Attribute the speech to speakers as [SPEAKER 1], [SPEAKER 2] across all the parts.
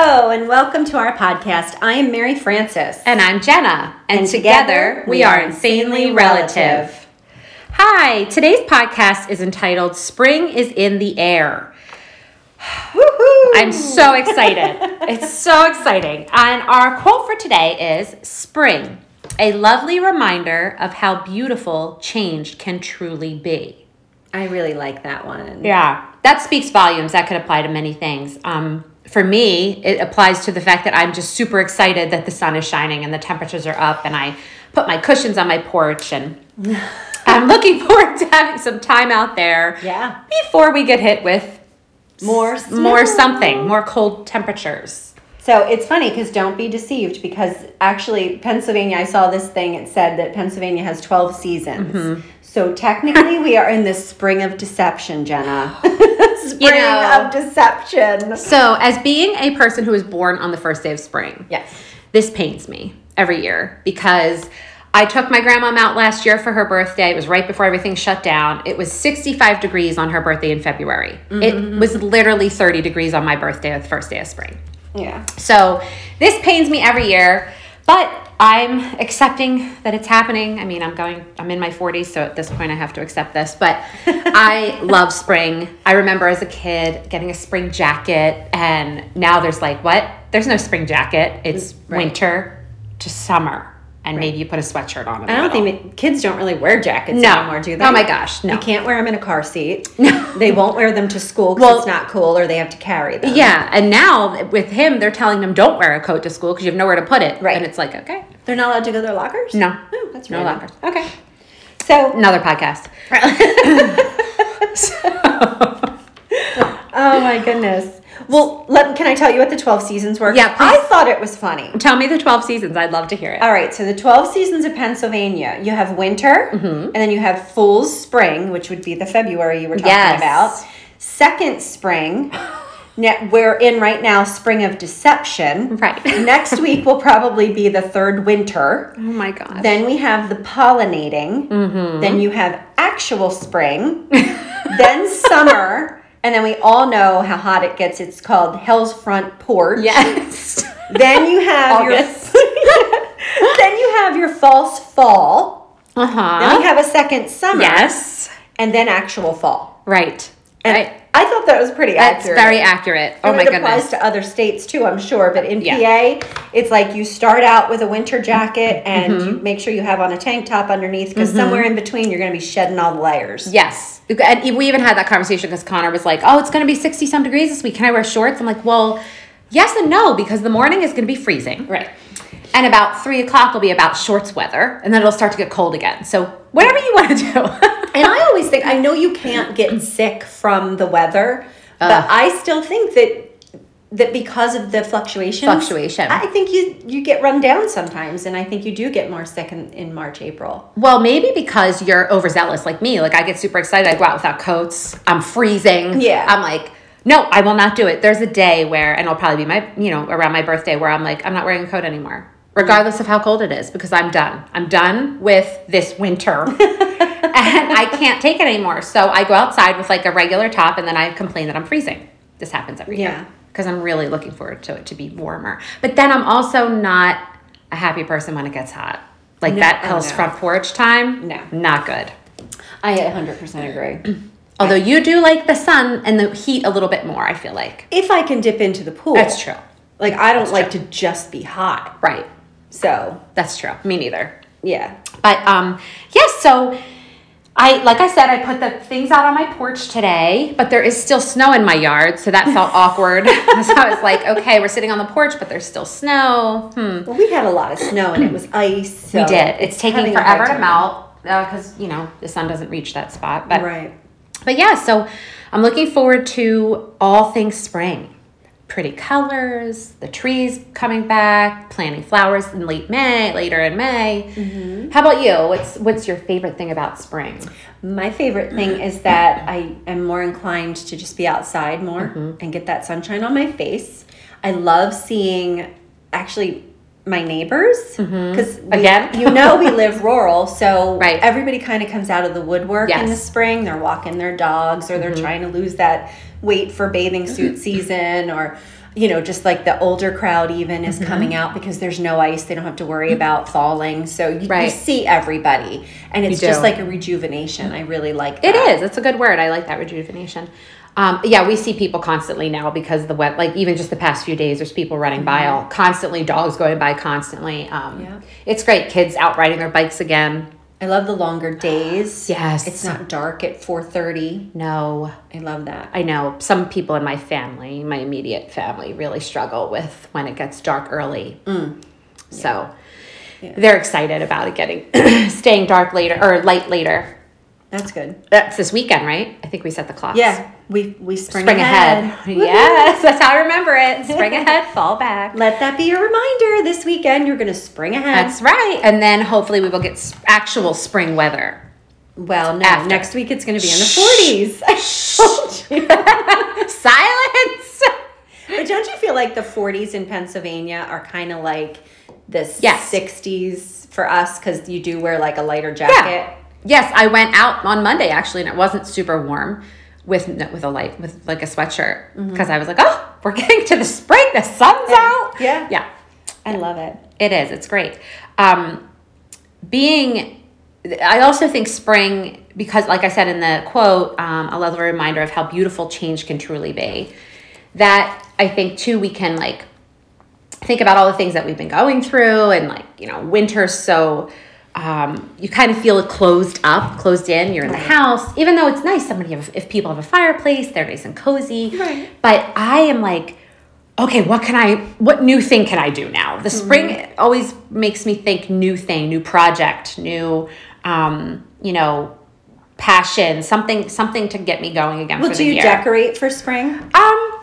[SPEAKER 1] Welcome to our podcast. I am Mary Francis.
[SPEAKER 2] And I'm Jenna. And, together, we are Insanely Relative. Hi, today's podcast is entitled Spring is in the Air.
[SPEAKER 1] Woohoo!
[SPEAKER 2] I'm so excited. it's so exciting. And our quote for today is Spring, a lovely reminder of how beautiful change can truly be.
[SPEAKER 1] I really like that one.
[SPEAKER 2] Yeah, that speaks volumes. That could apply to many things. Um, for me, it applies to the fact that I'm just super excited that the sun is shining and the temperatures are up, and I put my cushions on my porch, and I'm looking forward to having some time out there.
[SPEAKER 1] Yeah.
[SPEAKER 2] Before we get hit with
[SPEAKER 1] More
[SPEAKER 2] more
[SPEAKER 1] snow.
[SPEAKER 2] something, more cold temperatures.
[SPEAKER 1] So it's funny because don't be deceived because actually Pennsylvania, I saw this thing. It said that Pennsylvania has 12 seasons.
[SPEAKER 2] Mm-hmm.
[SPEAKER 1] So technically, we are in the spring of deception, Jenna. spring
[SPEAKER 2] know-
[SPEAKER 1] of deception.
[SPEAKER 2] So, as being a person who was born on the first day of spring,
[SPEAKER 1] Yes.
[SPEAKER 2] this pains me every year because I took my grandmom out last year for her birthday. It was right before everything shut down. It was 65 degrees on her birthday in February. It was literally 30 degrees on my birthday, the first day of spring.
[SPEAKER 1] Yeah.
[SPEAKER 2] So this pains me every year, but I'm accepting that it's happening. I mean, I'm going, I'm in my 40s, so at this point I have to accept this, but I love spring. I remember as a kid getting a spring jacket, and now there's like, what? There's no spring jacket. It's
[SPEAKER 1] Right.
[SPEAKER 2] winter to summer, and maybe you put a sweatshirt on. in the
[SPEAKER 1] I don't
[SPEAKER 2] middle.
[SPEAKER 1] think kids don't really wear jackets
[SPEAKER 2] No.
[SPEAKER 1] anymore, do they?
[SPEAKER 2] Oh my gosh, no.
[SPEAKER 1] You can't wear them in a car seat. they won't wear them to school because
[SPEAKER 2] Well-
[SPEAKER 1] it's not cool, or they have to carry them.
[SPEAKER 2] Yeah, and now with him, they're telling them don't wear a coat to school because you have nowhere to put it.
[SPEAKER 1] Right.
[SPEAKER 2] And it's like, okay,
[SPEAKER 1] They're not allowed to go to their lockers.
[SPEAKER 2] no,
[SPEAKER 1] oh, that's
[SPEAKER 2] no
[SPEAKER 1] random.
[SPEAKER 2] longer.
[SPEAKER 1] Okay, so
[SPEAKER 2] Another podcast.
[SPEAKER 1] oh my goodness. Well, let, can I tell you what the twelve seasons were?
[SPEAKER 2] Yeah,
[SPEAKER 1] I
[SPEAKER 2] please.
[SPEAKER 1] thought it was funny.
[SPEAKER 2] Tell me the 12 seasons. I'd love to hear it.
[SPEAKER 1] All right, so the 12 seasons of Pennsylvania, you have winter,
[SPEAKER 2] Mm-hmm.
[SPEAKER 1] and then you have fool's spring, which would be the February you were talking
[SPEAKER 2] Yes.
[SPEAKER 1] about. Second spring, ne- we're in right now, spring of deception.
[SPEAKER 2] Right.
[SPEAKER 1] Next week will probably be the third winter.
[SPEAKER 2] oh my God.
[SPEAKER 1] Then we have the pollinating.
[SPEAKER 2] Mm-hmm.
[SPEAKER 1] Then you have actual spring. then summer. And then we all know how hot it gets. It's called Hell's Front Porch.
[SPEAKER 2] yes.
[SPEAKER 1] Then you have
[SPEAKER 2] August.
[SPEAKER 1] your Then you have your false fall.
[SPEAKER 2] Uh
[SPEAKER 1] Then we
[SPEAKER 2] huh.
[SPEAKER 1] have a second summer.
[SPEAKER 2] Yes.
[SPEAKER 1] And then actual fall.
[SPEAKER 2] Right.
[SPEAKER 1] And
[SPEAKER 2] right.
[SPEAKER 1] I thought that was pretty
[SPEAKER 2] That's
[SPEAKER 1] accurate.
[SPEAKER 2] very accurate. Oh
[SPEAKER 1] And
[SPEAKER 2] my
[SPEAKER 1] it applies
[SPEAKER 2] goodness.
[SPEAKER 1] to other states too, I'm sure. But in
[SPEAKER 2] Yeah.
[SPEAKER 1] PA, it's like you start out with a winter jacket and
[SPEAKER 2] Mm-hmm.
[SPEAKER 1] you make sure you have on a tank top underneath because somewhere in between you're going to be shedding all the layers.
[SPEAKER 2] Yes. And we even had that conversation because Connor was like, oh, it's going to be 60 some degrees this week. Can I wear shorts? I'm like, well, yes and no, because the morning is going to be freezing.
[SPEAKER 1] Right.
[SPEAKER 2] And about three o'clock will be about shorts weather. And then it'll start to get cold again. So, whatever you want to do.
[SPEAKER 1] And I always think, I know you can't get sick from the weather, but
[SPEAKER 2] Ugh.
[SPEAKER 1] I still think that. That because of the fluctuations,
[SPEAKER 2] Fluctuation.
[SPEAKER 1] I think you you get run down sometimes, and I think you do get more sick in, in March, April.
[SPEAKER 2] Well, maybe because you're overzealous like me. Like I get super excited. I go out without coats. I'm freezing.
[SPEAKER 1] Yeah.
[SPEAKER 2] I'm like, no, I will not do it. There's a day where, and it'll probably be my, you know, around my birthday where I'm like, I'm not wearing a coat anymore, regardless of how cold it is, because I'm done. I'm done with this winter. and I can't take it anymore. So I go outside with like a regular top and then I complain that I'm freezing. This happens every
[SPEAKER 1] Yeah.
[SPEAKER 2] year. Because I'm really looking forward to it to be warmer. But then I'm also not a happy person when it gets hot. Like that
[SPEAKER 1] oh,
[SPEAKER 2] Hell's
[SPEAKER 1] no.
[SPEAKER 2] front porch time.
[SPEAKER 1] No.
[SPEAKER 2] Not good.
[SPEAKER 1] I 100% agree.
[SPEAKER 2] Although you do like the sun and the heat a little bit more, I feel like.
[SPEAKER 1] if I can dip into the pool,
[SPEAKER 2] That's true.
[SPEAKER 1] Like I don't like to just be hot,
[SPEAKER 2] Right.
[SPEAKER 1] so
[SPEAKER 2] That's true. Me neither.
[SPEAKER 1] yeah.
[SPEAKER 2] But um yes, so I like I said I put the things out on my porch today, but there is still snow in my yard, so that felt awkward. so I was like, okay, we're sitting on the porch, but there's still snow. Hmm.
[SPEAKER 1] Well, we had a lot of snow and it was ice. So
[SPEAKER 2] We did. It's taking
[SPEAKER 1] having a hard
[SPEAKER 2] forever to
[SPEAKER 1] time.
[SPEAKER 2] melt because you know the sun doesn't reach that spot. But
[SPEAKER 1] Right.
[SPEAKER 2] but yeah, so I'm looking forward to all things spring. Pretty colors, the trees coming back, planting flowers in late May, later in May. How about you? What's what's your favorite thing about spring?
[SPEAKER 1] My favorite thing is that I am more inclined to just be outside
[SPEAKER 2] Mm-hmm.
[SPEAKER 1] more and get that sunshine on my face. I love seeing actually my neighbors because
[SPEAKER 2] Mm-hmm. Again?
[SPEAKER 1] you know we live rural, so
[SPEAKER 2] Right.
[SPEAKER 1] everybody kind of comes out of the woodwork in the
[SPEAKER 2] Yes. Mm-hmm.
[SPEAKER 1] spring. They're walking their dogs, or they're trying to lose that weight for bathing suit season, or you know, just like the older crowd even is
[SPEAKER 2] Mm-hmm.
[SPEAKER 1] coming out because there's no ice; they don't have to worry about falling. So you, you
[SPEAKER 2] Right.
[SPEAKER 1] see everybody, and it's
[SPEAKER 2] You
[SPEAKER 1] just
[SPEAKER 2] do.
[SPEAKER 1] like a rejuvenation. I really like
[SPEAKER 2] It
[SPEAKER 1] that.
[SPEAKER 2] is. It's a good word. I like that rejuvenation. Um, yeah, we see people constantly now because the wet, like even just the past few days, there's people running by all constantly, dogs going by constantly. Um,
[SPEAKER 1] Yeah.
[SPEAKER 2] It's great. Kids out riding their bikes again.
[SPEAKER 1] I love the longer days.
[SPEAKER 2] Yes.
[SPEAKER 1] it's not dark at four thirty.
[SPEAKER 2] No,
[SPEAKER 1] I love that.
[SPEAKER 2] I know some people in my family, my immediate family, really struggle with when it gets dark early.
[SPEAKER 1] Mm.
[SPEAKER 2] So they're excited about it getting staying dark later or light later.
[SPEAKER 1] That's good.
[SPEAKER 2] That's this weekend, right? I think we set the clocks.
[SPEAKER 1] Yeah, we we spring,
[SPEAKER 2] Spring
[SPEAKER 1] ahead.
[SPEAKER 2] ahead. Yes, that's how I remember it. Spring ahead, fall back.
[SPEAKER 1] Let that be your reminder. This weekend you're going to spring ahead.
[SPEAKER 2] That's right. And then hopefully we will get s- actual spring weather.
[SPEAKER 1] well, no,
[SPEAKER 2] After.
[SPEAKER 1] next week it's going to be in the 40s.
[SPEAKER 2] Silence.
[SPEAKER 1] but don't you feel like the 40s in Pennsylvania are kind of like the
[SPEAKER 2] Yes.
[SPEAKER 1] 60s for us because you do wear like a lighter jacket?
[SPEAKER 2] Yes, I went out on Monday actually, and it wasn't super warm with no- with a light with like a sweatshirt because I was like, oh, we're getting to the spring. The sun's out.
[SPEAKER 1] Mm-hmm. yeah.
[SPEAKER 2] yeah,
[SPEAKER 1] I love it.
[SPEAKER 2] it is. It's great. Um, being, I also think spring because, like I said in the quote, um, a little reminder of how beautiful change can truly be. That I think too, we can like think about all the things that we've been going through and like you know winter's so um, you kind of feel closed up closed in you're in the house even though it's nice somebody have, if people have a fireplace they're nice and cozy
[SPEAKER 1] Right.
[SPEAKER 2] but i am like okay what can i what new thing can i do now
[SPEAKER 1] Mm-hmm.
[SPEAKER 2] the spring always makes me think new thing new project new um, you know passion something something to get me going again
[SPEAKER 1] Well,
[SPEAKER 2] for
[SPEAKER 1] do
[SPEAKER 2] the
[SPEAKER 1] you
[SPEAKER 2] year.
[SPEAKER 1] decorate for spring?
[SPEAKER 2] Um,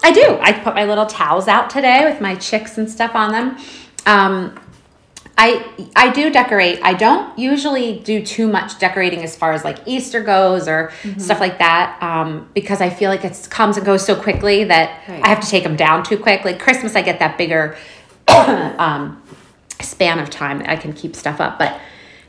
[SPEAKER 2] I do. I put my little towels out today with my chicks and stuff on them. Um, I I do decorate. I don't usually do too much decorating as far as like Easter goes or
[SPEAKER 1] Mm-hmm.
[SPEAKER 2] stuff like that um, because I feel like it comes and goes so quickly that
[SPEAKER 1] Right.
[SPEAKER 2] I have to take them down too quick. Like Christmas, I get that bigger um, span of time that I can keep stuff up, but.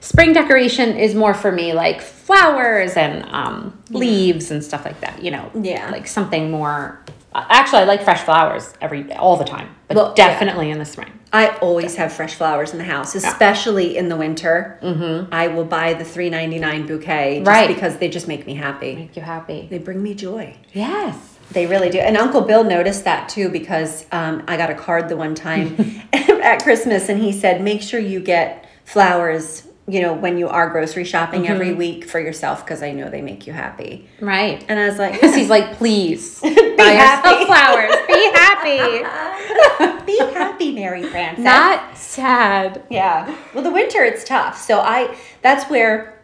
[SPEAKER 2] Spring decoration is more for me like flowers and um, leaves and stuff like that, you know.
[SPEAKER 1] Yeah.
[SPEAKER 2] Like something more actually i like fresh flowers every all the time but
[SPEAKER 1] Well, yeah.
[SPEAKER 2] definitely in the spring
[SPEAKER 1] I always have fresh flowers in the house, especially in the winter. Mm-hmm. I will buy the three ninety nine bouquet just
[SPEAKER 2] Right.
[SPEAKER 1] because they just make me happy.
[SPEAKER 2] make you happy
[SPEAKER 1] They bring me joy.
[SPEAKER 2] yes
[SPEAKER 1] They really do. And Uncle Bill noticed that too because um, I got a card the one time at Christmas and he said, make sure you get flowers, you know, when you are grocery shopping every
[SPEAKER 2] Mm-hmm.
[SPEAKER 1] week for yourself because I know they make you happy.
[SPEAKER 2] right
[SPEAKER 1] And I was like,
[SPEAKER 2] because he's like please be
[SPEAKER 1] happy.
[SPEAKER 2] flowers be happy
[SPEAKER 1] be happy, Mary Frances.
[SPEAKER 2] not sad
[SPEAKER 1] Yeah. Well, the winter it's tough. So I that's where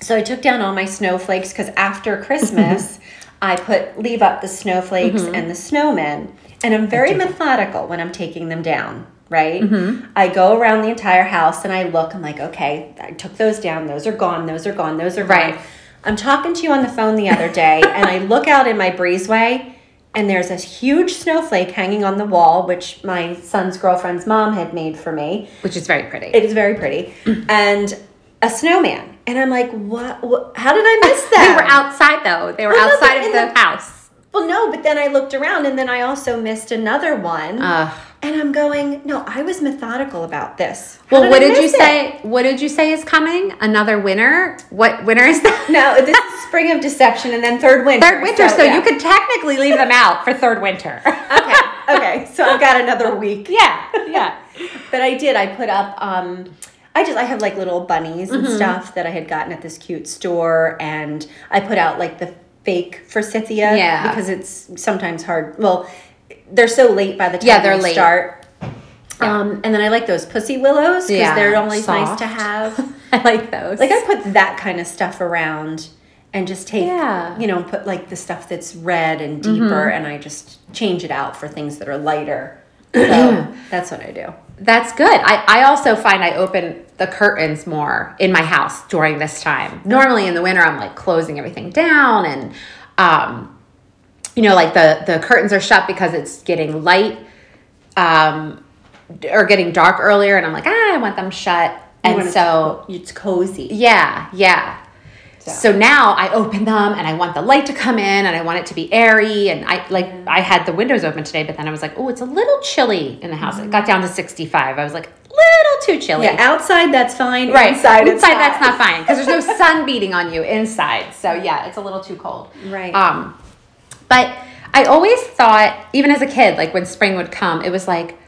[SPEAKER 1] so I took down all my snowflakes because after Christmas I put leave up the snowflakes and the snowmen, and I'm very methodical when I'm taking them down. Right? I go around the entire house and I look. I'm like, okay, I took those down. Those are gone. Those are gone. Those are
[SPEAKER 2] Right.
[SPEAKER 1] gone. I'm talking to you on the phone the other day, and I look out in my breezeway, and there's a huge snowflake hanging on the wall, which my son's girlfriend's mom had made for me.
[SPEAKER 2] which is very pretty
[SPEAKER 1] It is very pretty. and a snowman. And I'm like, what? what how did I miss that?
[SPEAKER 2] they were outside though they were
[SPEAKER 1] Well, no,
[SPEAKER 2] outside
[SPEAKER 1] but
[SPEAKER 2] of
[SPEAKER 1] in
[SPEAKER 2] the,
[SPEAKER 1] the-
[SPEAKER 2] house
[SPEAKER 1] Well, no, but then I looked around and then I also missed another one.
[SPEAKER 2] Ugh.
[SPEAKER 1] and I'm going, no, I was methodical about this. How
[SPEAKER 2] well what
[SPEAKER 1] I
[SPEAKER 2] did you
[SPEAKER 1] miss it?
[SPEAKER 2] say what did you say is coming another winter what winter is that
[SPEAKER 1] No, this is spring of deception and then third winter.
[SPEAKER 2] third winter so,
[SPEAKER 1] yeah.
[SPEAKER 2] you could technically leave them out for third winter
[SPEAKER 1] Okay, okay. So I've got another week.
[SPEAKER 2] yeah yeah
[SPEAKER 1] But I did. I put up. Um, I just I have like little bunnies
[SPEAKER 2] Mm-hmm.
[SPEAKER 1] and stuff that I had gotten at this cute store, and I put out like the fake forsythia.
[SPEAKER 2] Yeah.
[SPEAKER 1] Because it's sometimes hard. Well, they're so late by the time
[SPEAKER 2] Yeah, they're
[SPEAKER 1] you
[SPEAKER 2] late.
[SPEAKER 1] start. Um, and then I like those pussy willows because
[SPEAKER 2] Yeah,
[SPEAKER 1] they're always nice
[SPEAKER 2] soft.
[SPEAKER 1] to have.
[SPEAKER 2] i like those
[SPEAKER 1] Like I put that kind of stuff around and just take
[SPEAKER 2] Yeah. Mm-hmm.
[SPEAKER 1] you know put like the stuff that's red and deeper and I just change it out for things that are lighter. So that's what I do.
[SPEAKER 2] That's good. I, I also find I open the curtains more in my house during this time. Normally in the winter, I'm like closing everything down and, um, you know, like the, the curtains are shut because it's getting light. Um, are getting dark earlier, and I'm like, ah, I want them shut. And
[SPEAKER 1] wanna-
[SPEAKER 2] so,
[SPEAKER 1] It's cozy.
[SPEAKER 2] yeah, yeah.
[SPEAKER 1] So.
[SPEAKER 2] So. now I open them and I want the light to come in and I want it to be airy and I like I had the windows open today but then I was like, "Oh, it's a little chilly in the house." It got down to 65. I was like, "Little too chilly."
[SPEAKER 1] Yeah, outside that's fine.
[SPEAKER 2] Right.
[SPEAKER 1] Inside, it's
[SPEAKER 2] inside that's not fine because there's no sun beating on you inside. So yeah, it's a little too cold.
[SPEAKER 1] Right.
[SPEAKER 2] Um, but I always thought, even as a kid, like when spring would come, it was like,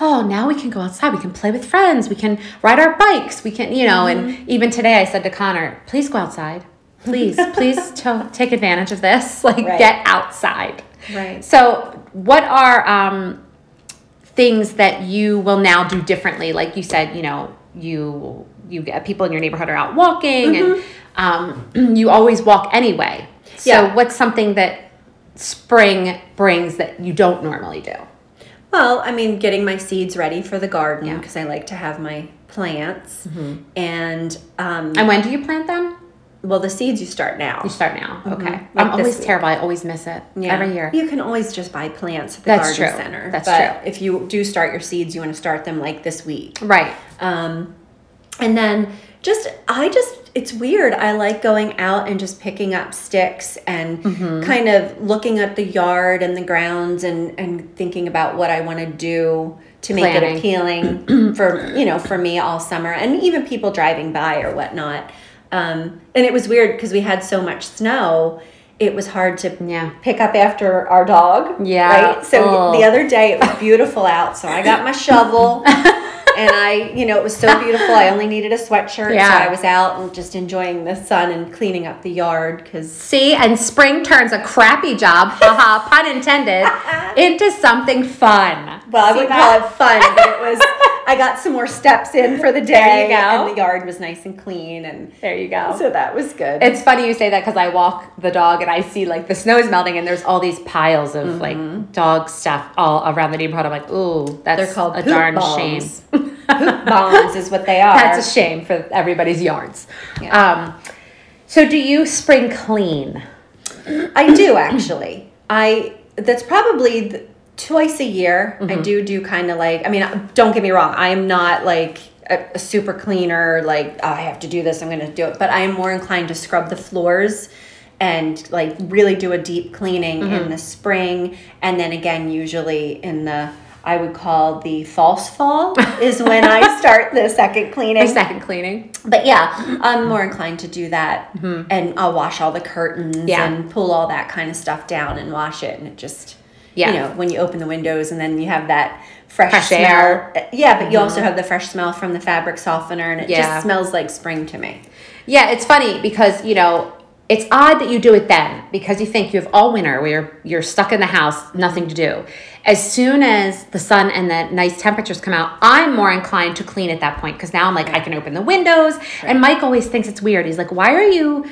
[SPEAKER 2] oh, now we can go outside. We can play with friends. We can ride our bikes. We can, you know. And
[SPEAKER 1] Mm-hmm.
[SPEAKER 2] even today, I said to Connor, please go outside. Please, please to take advantage of this. Like
[SPEAKER 1] Right.
[SPEAKER 2] get outside.
[SPEAKER 1] Right.
[SPEAKER 2] So what are um, things that you will now do differently like you said you know you you get people in your neighborhood are out walking and um, you always walk anyway so
[SPEAKER 1] Mm-hmm. Yeah.
[SPEAKER 2] what's something that spring brings that you don't normally do
[SPEAKER 1] Well, I mean, getting my seeds ready for the garden
[SPEAKER 2] Yeah. Mm-hmm.
[SPEAKER 1] because I like to have my plants. And um,
[SPEAKER 2] and when do you plant them
[SPEAKER 1] well, the seeds you start now.
[SPEAKER 2] you start now okay
[SPEAKER 1] Mm-hmm. Like
[SPEAKER 2] i'm
[SPEAKER 1] this
[SPEAKER 2] always
[SPEAKER 1] week.
[SPEAKER 2] terrible i always miss it every year
[SPEAKER 1] You can always just buy plants at the
[SPEAKER 2] That's
[SPEAKER 1] garden
[SPEAKER 2] true.
[SPEAKER 1] center.
[SPEAKER 2] That's
[SPEAKER 1] but If you do start your seeds, you want to start them like this week.
[SPEAKER 2] right
[SPEAKER 1] Um, and then just, I just, it's weird. I like going out and just picking up sticks and
[SPEAKER 2] Mm-hmm.
[SPEAKER 1] kind of looking at the yard and the grounds and, and thinking about what I want to do to make
[SPEAKER 2] Planning.
[SPEAKER 1] it appealing for, you know, for me all summer and even people driving by or whatnot. Um, and it was weird because we had so much snow. It was hard to
[SPEAKER 2] Yeah.
[SPEAKER 1] pick up after our dog.
[SPEAKER 2] Yeah.
[SPEAKER 1] Right. So
[SPEAKER 2] Oh.
[SPEAKER 1] the other day it was beautiful out, so I got my shovel and I, you know, it was so beautiful. I only needed a sweatshirt,
[SPEAKER 2] Yeah.
[SPEAKER 1] so I was out and just enjoying the sun and cleaning up the yard because
[SPEAKER 2] see and spring turns a crappy job haha pun intended into something fun
[SPEAKER 1] well, I
[SPEAKER 2] See
[SPEAKER 1] wouldn't
[SPEAKER 2] that?
[SPEAKER 1] call it fun, but it was. I got some more steps in for the day,
[SPEAKER 2] you go.
[SPEAKER 1] and the yard was nice and clean, and
[SPEAKER 2] there you go
[SPEAKER 1] so that was good.
[SPEAKER 2] It's funny you say that because I walk the dog and I see like the snow is melting and there's all these piles of like dog stuff all around the neighborhood. I'm like, ooh,
[SPEAKER 1] Mm-hmm.
[SPEAKER 2] that's
[SPEAKER 1] They're called
[SPEAKER 2] a
[SPEAKER 1] poop
[SPEAKER 2] darn
[SPEAKER 1] bombs.
[SPEAKER 2] shame.
[SPEAKER 1] Bombs is what they are.
[SPEAKER 2] that's a shame for everybody's yards. Um, so do you spring clean?
[SPEAKER 1] I do actually. I that's probably th- twice a year. I do do kind of like. I mean, uh, don't get me wrong. I am not like a, a super cleaner. Like oh, I have to do this. I'm going to do it. But I am more inclined to scrub the floors and like really do a deep cleaning in the spring and then again usually in the I would call the false fall is when I start the second cleaning.
[SPEAKER 2] Second cleaning.
[SPEAKER 1] But yeah, I'm more inclined to do that, and I'll wash all the curtains
[SPEAKER 2] Yeah.
[SPEAKER 1] and pull all that kind of stuff down and wash it, and it just,
[SPEAKER 2] Yeah.
[SPEAKER 1] you know, when you open the windows and then you have that fresh,
[SPEAKER 2] Fresh
[SPEAKER 1] smell.
[SPEAKER 2] air. Mm-hmm.
[SPEAKER 1] Uh, Yeah, but you also have the fresh smell from the fabric softener, and it
[SPEAKER 2] Yeah.
[SPEAKER 1] just smells like spring to me.
[SPEAKER 2] Yeah, it's funny because you know it's odd that you do it then because you think you have all winter where you're, you're stuck in the house, nothing to do. As soon as the sun and the nice temperatures come out, I'm more inclined to clean at that point because now I'm like I can open the windows. And Mike always thinks it's weird. He's like, "Why are you?"